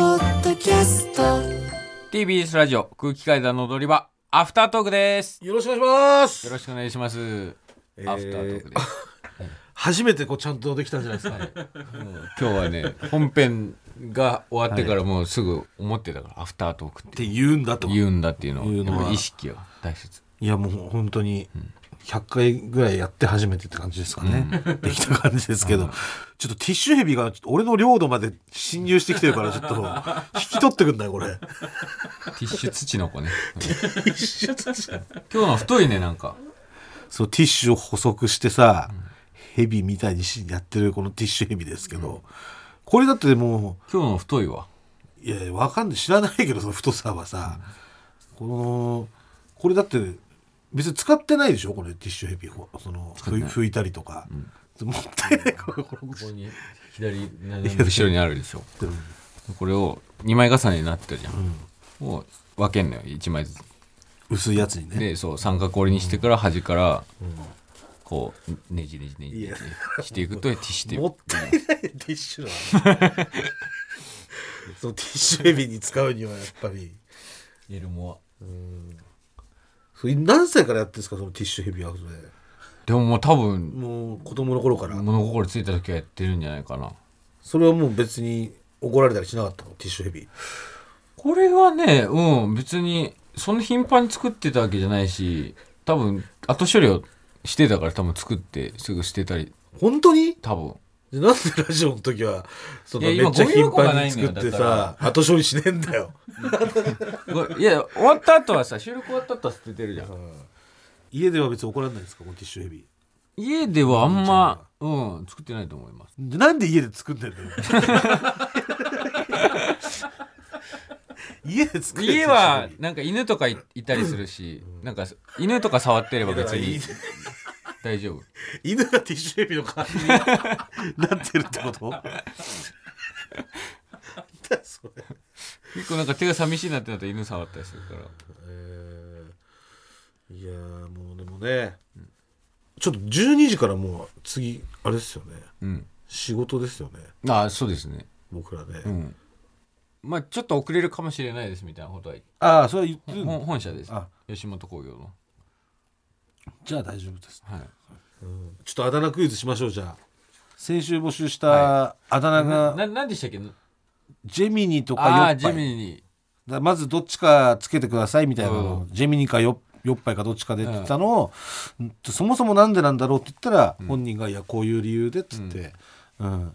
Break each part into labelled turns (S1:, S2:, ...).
S1: キャスト
S2: TBS ラジオ空気階段の踊り場アフタートークです
S3: よろしくお願いします。
S2: よろしくお願いします、
S3: えー
S2: アフタートークです
S3: 初めてこうちゃんとできたんじゃない ですか。
S2: 今日はね本編が終わってからもうすぐ思ってたから、アフタートークっ
S3: ってて言うんだと。
S2: 言うんだっていうのを
S3: 言うのは
S2: やっぱ意識が大切
S3: いやもう本当に100回ぐらいやって初めてって感じですかね。できた感じですけど、ちょっとティッシュヘビがちょっと俺の領土まで侵入してきてるからちょっと引き取ってくんないこれ。
S2: ティッシュ土の子ね今日の太いねなんか
S3: そうティッシュを捕捉してさ、ヘビみたいにしやってるこのティッシュヘビですけど、これだっても
S2: 今日の太いわ
S3: ういやいやわかんない知らないけどその太さはさ、このこれだって別に使ってないでしょこれティッシュヘビほその
S2: って
S3: 拭
S2: ない
S3: い拭いたりとか、もったいないこれこれ
S2: ここに左斜め後ろにあるでしょ
S3: でも
S2: これを2枚重ねになってるじゃん、を分けんのよ1枚ずつ
S3: 薄いやつにね
S2: でそう三角折りにしてから端からこうねじねじねじ
S3: い
S2: ね
S3: や
S2: じしていくとティッシュテ
S3: も
S2: ー
S3: ったいないティッシュのそのティッシュヘビに使うにはやっぱり
S2: プエルモア
S3: それ何歳からやってるんですかそのティッシュヘビはそれ
S2: でももう多分
S3: もう子供の頃から
S2: 物心ついた時はやってるんじゃないかな
S3: それはもう別に怒られたりしなかったのティッシュヘビ
S2: これはねうん別にそんな頻繁に作ってたわけじゃないし多分後処理をしてたから多分作ってすぐ捨てたり
S3: 本当に
S2: 多分
S3: でなんでラジオの時はその
S2: い
S3: め
S2: や今
S3: っちゃ
S2: ゴミ
S3: 頻
S2: 箱が
S3: 繁
S2: な
S3: に
S2: いんだよ
S3: 作って
S2: だ
S3: さ後処理しねえん だよ
S2: ごいや終わった後はさ収録終わった後は捨ててるじゃん
S3: 家では別に怒られないんですかこのティッシュヘビ
S2: 家ではあんまうん作ってないと思います
S3: でなんで家で作っ てんだよ家で作る
S2: 家はなんか犬とかいいたりするし、なんか犬とか触ってれば別に大丈夫。
S3: 犬がティッシュヘビの代わりに なってるってことなんだそれ
S2: 結構なんか手が寂しいなってなったら犬触ったりするから。
S3: えーいやーもうでもね、ちょっと12時からもう次あれですよね
S2: うん。
S3: 仕事ですよね
S2: ああ、そうですね。
S3: 僕らね、
S2: うん。まあちょっと遅れるかもしれないですみたいなことは言っ
S3: ああそれは言って
S2: て、本本社です
S3: あ。
S2: 吉本興業の。
S3: じゃあ大丈夫です、
S2: はい。
S3: うんちょっとあだ名クイズしましょうじゃあ先週募集し
S2: は
S3: たあだ名が、
S2: ななんでしたっけ
S3: ジェミニとかヨ
S2: ああ、
S3: ッ
S2: ジ
S3: パ
S2: ェ
S3: イ
S2: ミニ
S3: だからまずどっちかつけてくださいみたいなのを、
S2: う
S3: ジェミニかよよっぱいかどっちかでって言ったのを、うんとそもそもなんでなんだろうって言ったら、本人が「いやこういう理由で」っつって「うん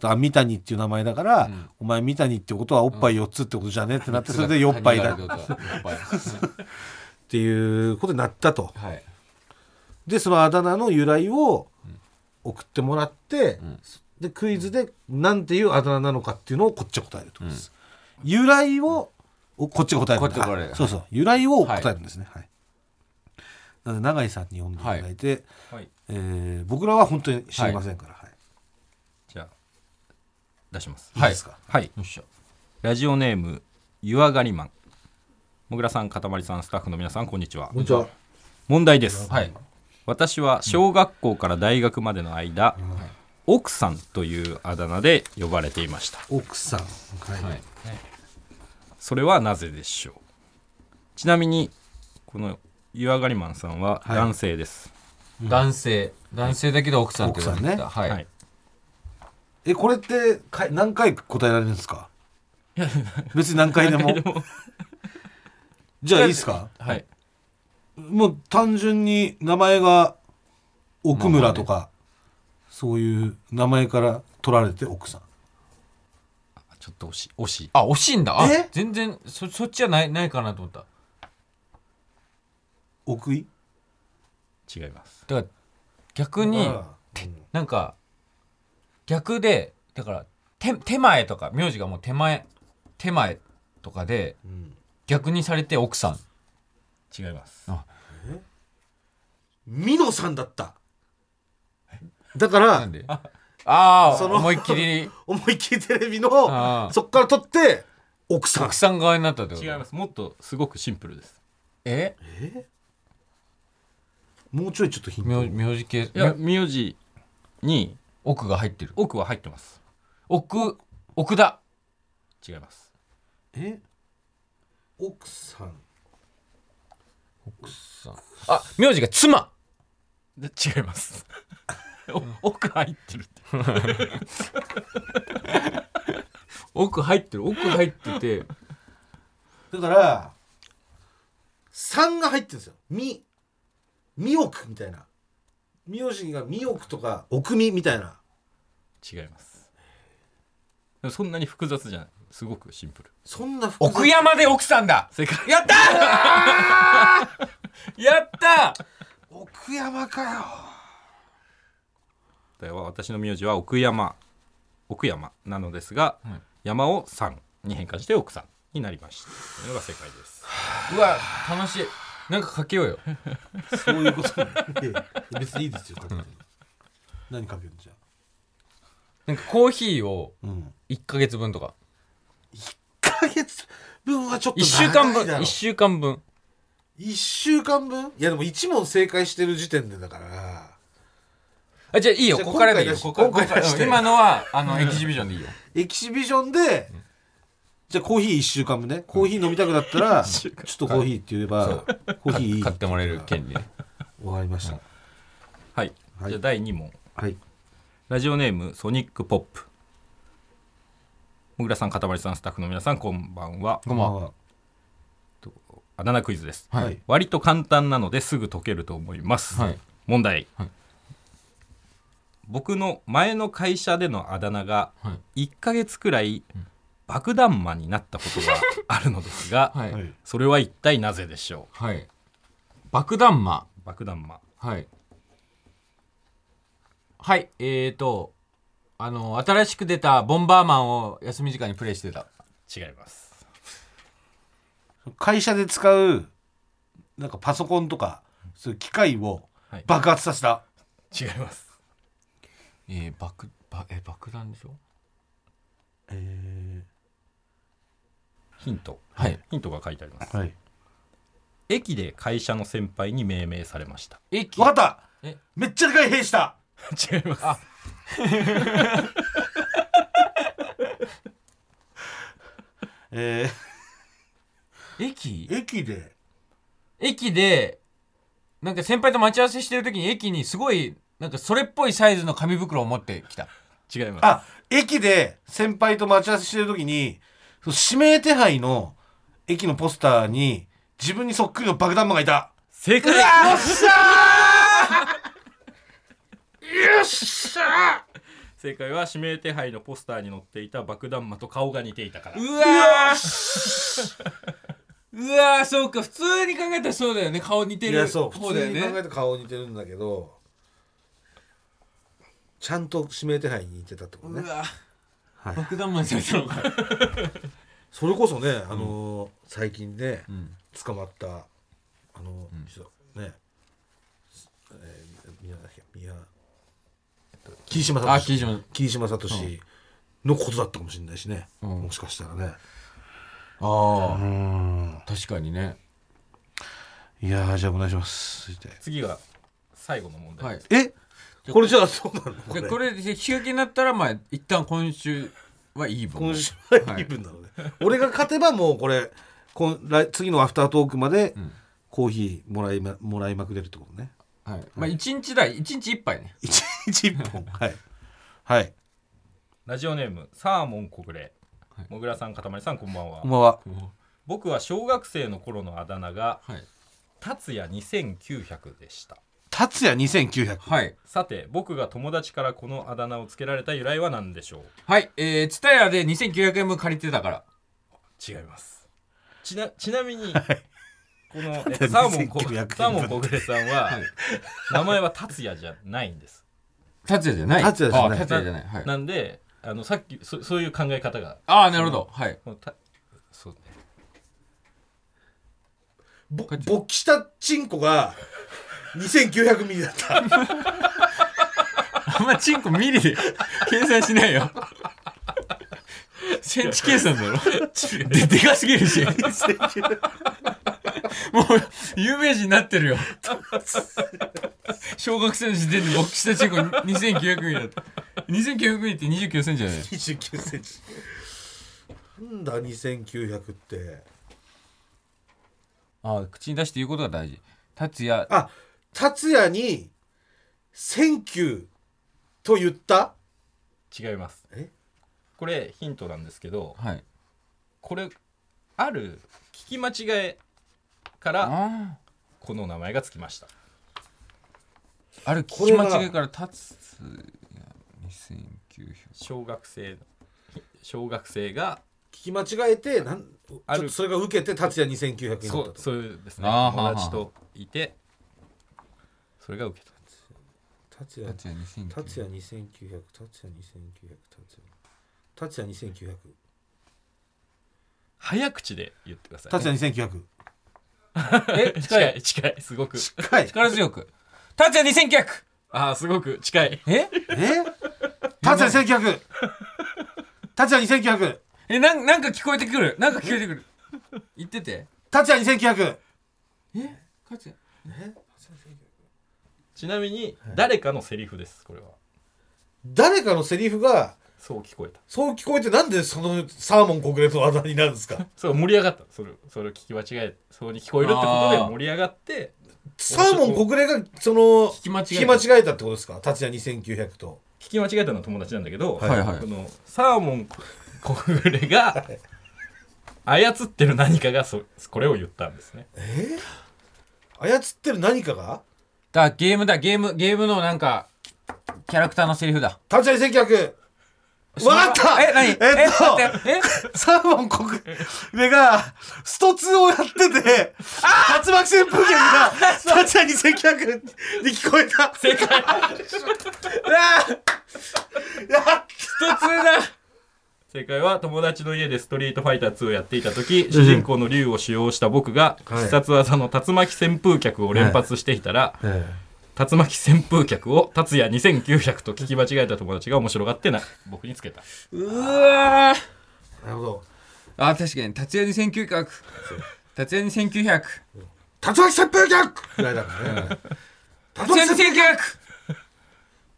S3: だから三谷っていう名前だから、
S2: ん
S3: お前三谷ってことはおっぱい4つってことじゃねってなって
S2: に。
S3: それでよっぱいだ
S2: 谷
S3: っ
S2: 川亮太よっぱいですね
S3: ていうことになったと
S2: はい。
S3: でそのあだ名の由来を送ってもらって、
S2: ん
S3: でクイズでなんていうあだ名なのかっていうのをこっちが答えるってことです、由来をおこっちが答えるん
S2: こっ
S3: だ
S2: ちが答える
S3: あそうそう由来を答えるんですねはい、なので永井さんに読んでいただいて、
S2: はい。
S3: えー僕らは本当に知りませんから、はい
S4: じゃあ出します。
S3: いいですか
S4: はい。
S2: よっしゃ。
S4: ラジオネーム湯上がりマン。もぐらさん、かたまりさん、スタッフの皆さん、こんにちは。
S3: にちは
S4: 問題です。
S2: はい。
S4: 私は小学校から大学までの間、奥さんというあだ名で呼ばれていました。
S3: 奥さんはい、
S2: はい。
S4: それはなぜでしょう。ちなみにこの湯上がりマンさんは
S3: はい
S4: 男性です。
S2: 男性。男性だけど奥さんって言われてた。
S3: 奥
S2: は
S4: はいい。。
S3: えこれってか何回答えられるんですか別に何回でもじゃあいいですか
S4: はい
S3: もう単純に名前が奥村とか、そういう名前から取られて奥さん
S4: あちょっと惜しい惜しい。
S2: あ、惜しいんだ。あ
S3: え
S2: 全然、そ、そっちはない、ないかなと思った。
S3: 奥井
S4: 違います。
S2: だから、逆に、なんか、逆で、だから、手、手前とか、名字がもう手前、手前とかで、
S3: うん
S2: 逆にされて奥さん。
S4: 違います。
S3: 美濃さんだっただから
S2: でああ、
S3: その
S2: 思いっきり、
S3: 思いっきりテレビ
S2: あ
S3: の
S2: ー
S3: そっから取って奥さん
S2: 奥さん側になったってこと
S4: 違います。もっとすごくシンプルです。
S2: え
S3: もうちょいちょっとヒン
S2: 名字、
S3: ト
S2: 名字系、
S4: いや
S2: み
S4: 名字に
S2: 奥が入ってる。
S4: 奥は入ってます
S2: 奥、奥田。
S4: 違います
S3: え奥さん
S2: 奥さんあ名字が妻
S4: で違います。お奥入ってるって。
S2: 奥入ってる奥入ってて
S3: だから3が入ってるんですよ「み」「みおく」みたいな名字が「みおく」とか「おくみ」みたいな
S4: 違います。でもそんなに複雑じゃない。すごくシンプル。
S3: そんな複 雑
S2: 奥山で奥さんだ
S4: 正解。
S2: やったー やった
S3: 奥山かよ
S4: 答えは私の名字は奥山。奥山なのですが、
S2: はい
S4: 山を山に変換して奥さんになりました。というのが正解です。
S2: うわ楽しいなんかかけようよ
S3: そういうこと いや別にいいですよだって何かけるんじゃ
S2: なんかコーヒーを
S3: うん
S2: 1ヶ月分とか
S3: 1ヶ月分はちょっと
S2: 1週間分
S3: 長いだろ
S2: 1週間分
S3: 一週間分いやでも1問正解してる時点でだから
S2: あじゃあいいよ
S3: じゃあ
S2: ここからでいいよ
S3: 今回だ
S2: ここ
S3: し
S2: から
S3: 今回だし
S2: うん今のはあのエキシビジョンでいいよ
S3: エキシビションで、じゃあコーヒー1週間分ねコーヒー飲みたくなったら、ちょっとコーヒーって言えばコーヒーいい
S2: 買ってもらえる権利ね
S3: 終わりました、
S4: はい。
S3: はい
S4: じゃあ第2問。
S3: はい
S4: ラジオネームソニックポップ。もぐらさん、かたまりさん、スタッフの皆さん、こんばんは。
S2: ごま
S3: ま
S4: あだ名クイズです。
S3: あ
S2: はい
S3: はい
S4: 割と簡単なのですぐ解けると思います、
S2: はい
S4: 問題、
S2: はい
S4: 僕の前の会社でのあだ名が
S2: はい
S4: 1ヶ月くらい爆弾魔になったことがあるのですが、
S2: はい
S3: はい
S4: それは一体なぜでしょ
S2: はい爆弾魔
S4: う爆弾魔
S2: はいはいえーとあの新しく出たボンバーマンを休み時間にプレイしてた
S4: 違います
S3: 会社で使うなんかパソコンとかそういう機械を
S4: はい
S3: 爆発させた、
S4: 違います
S2: えー、爆ばえ爆弾でしょ
S3: え
S4: ヒント
S2: はい
S4: ヒントが書いてあります
S3: ーはい
S4: 駅で会社の先輩に命名されました
S2: 駅
S3: 分かった
S2: え
S3: めっちゃでかい兵士だ
S4: 違います
S2: あ
S3: え
S2: 駅
S3: ー、駅で
S2: 駅でなんか先輩と待ち合わせしてる時に駅にすごいなんかそれっぽいサイズの紙袋を持ってきた
S4: 違います
S3: あ駅で先輩と待ち合わせしてる時にその指名手配の駅のポスターに自分にそっくりの爆弾魔がいた
S4: 正解
S3: よっしゃーよっしゃ
S4: 正解は指名手配のポスターに載っていた爆弾魔と顔が似ていたから
S2: うわーうわーそうか普通に考えたらそうだよね顔似て
S3: い
S2: る
S3: やそう普
S2: 方だ
S3: 通
S2: よ
S3: に考え
S2: ね
S3: た顔似てるんだけどちゃんと指名手配に似てたってこと
S2: う
S3: ね
S2: わ
S3: はい
S2: 爆弾魔にされたのか
S3: それこそねあのー最近ね
S2: ん
S3: 捕まったあの人ねえー宮崎宮えっと霧島
S2: あ
S3: 聡
S2: 霧島
S3: 霧島聡のことだったかもしれないしね
S2: うん
S3: もしかしたらね
S2: あ
S3: う
S2: あ
S3: ん
S2: 確かにね
S3: いやーじゃあお願いします続いて
S4: 次が最後の問題、
S2: はい
S3: えこれじゃあそうなのこ
S2: で
S3: れ
S2: これで引き分けになったらまあ一旦今週はイーブン
S3: 今週はイーブンなのね、俺が勝てばもうこれこん来次のアフタートークまで
S2: ん
S3: コーヒーもらいまもらいまくれるってことね
S2: はいまあ一日だ一日一杯ね
S3: 一日一本はいはい
S4: ラジオネームサーモン小暮
S2: はい
S4: もぐらさんかたまりさんこんばんは
S3: こんばんは
S4: 僕は小学生の頃のあだ名が
S2: はい
S4: 達也2900でした
S3: 達也2900
S2: はい
S4: さて僕が友達からこのあだ名をつけられた由来は何でしょう
S2: はいえー、ツタヤで2900円分借りてたから
S4: 違いますちなちなみに、このえっ
S3: だ
S4: とサーモン小
S3: 2900円
S4: サーモン小暮さんは、
S2: はい
S4: 名前は達也じゃないんです
S2: 達也じゃない
S3: 達也じゃない
S2: あ達也じゃないはい
S4: なんであのさっきそそういう考え方が
S2: ああなるほどはい
S4: もうたそうね
S3: ぼ勃起したチンコが2900ミリだった
S2: あんまチンコミリで 計算し ないよ。センチ計算だろででかすぎるし。もう有名人になってるよ。 小学生の時点で勃起したチンコ2900ミリだった。2900ミリって29センチじゃない
S3: 29センチなんだ2900って
S2: あ口に出して言うことが大事達也
S3: あ達也に「センキュー」と言った
S4: 違います
S3: え
S4: これヒントなんですけど
S2: はい
S4: これある聞き間違えから
S2: あ
S4: この名前がつきました
S2: ーあれ聞
S3: こ
S2: き
S3: れが
S2: 間違いから達也2900
S4: 小学生小学生が
S3: 聞き間違えてなんちょ
S4: あ
S3: っ
S4: る
S3: とそれが受けて達也2900にな
S4: そ
S3: った
S4: う
S3: と
S4: そうですね
S2: あー
S4: 友達といてそれが受けた
S3: 達也
S2: 達也2900
S3: 達也2900達也2900達也達也2900
S4: 早口で言ってください
S3: 達也2900
S2: え近
S4: 近
S2: い
S4: い近いすごく
S3: 近い
S2: 力強く達也2900
S4: ああすごく近い
S2: え
S3: え達也2900達也2900
S2: えなんなんか聞こえてくるなんか聞こえてくる言ってて
S3: 達也2900
S2: え達也
S4: ちなみに誰かのセリフですこれは
S3: 誰かのセリフが
S4: そう聞こえた
S3: そう聞こえてなんでそのサーモン国立のあだになるんです か
S4: そう盛り上がったそれそれを聞き間違えそうに聞こえるってことで盛り上がって
S3: サーモン国立がその
S2: 聞き間違え
S3: 聞き間違えたってことですか達也2900と
S4: 聞き間違えたのは友達なんだけど、
S2: はいはい
S4: このサーモン コフレが操ってる何かがそこれを言ったんですね
S3: え操ってる何かが
S2: だゲームだゲームゲームのなんかキャラクターのセリフだ
S3: 達也1900わかった
S2: え何
S3: えっと
S2: 待ってえ
S3: サーモン国目が、スト2をやってて、竜巻旋風剣が、 達也に接客に聞こえた。
S4: 正解
S3: うわーやっ
S2: 一つだ
S4: 正解は友達の家でストリートファイター2をやっていた時主人公の竜を使用した僕が
S3: はい
S4: 必殺技の竜巻旋風脚を連発していたら、竜巻旋風脚を達也2900と聞き間違えた友達が面白がってな僕につけた
S2: うわー
S3: なるほど。
S2: あ確かに達也に1900達也に1900
S3: 竜巻旋風剣ぐらいだから ね。竜
S2: 達
S3: 巻
S2: 也
S3: 旋
S2: に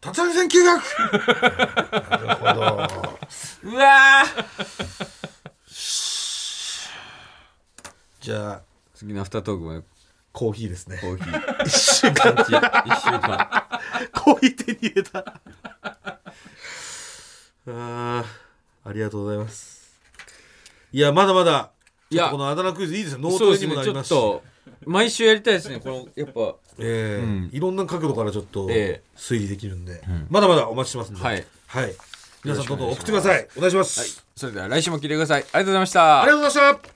S2: 1900
S3: 竜巻旋風剣なるほど。
S2: うわー
S3: じゃあ、
S2: 次のアフタートークも
S3: コーヒーですね
S2: コ。ーヒー
S3: 一週間、
S2: 一週間
S3: コーヒー手に入れた。 あーありがとうございます。いや、まだまだ、
S2: いや
S3: このあだ名クイズいいですよ。脳
S2: そう
S3: ト
S2: で
S3: レ
S2: す
S3: に
S2: ね
S3: もな
S2: ち
S3: り
S2: ょ
S3: ま
S2: っ
S3: すし。
S2: と毎週やりたいですねこのやっぱ
S3: えー
S2: うん
S3: いろんな角度からちょっと
S2: ええ
S3: 推理できるんで、まだまだお待ちしてますんで、
S2: はい
S3: はい皆さんどんどん
S2: よ
S3: 送
S2: ろ
S3: っ
S2: してく
S3: く
S2: お願
S3: だ
S2: いします
S3: さいお願いします、
S2: それでは来週も聞いてくださいありがとうございました
S3: ありがとうございました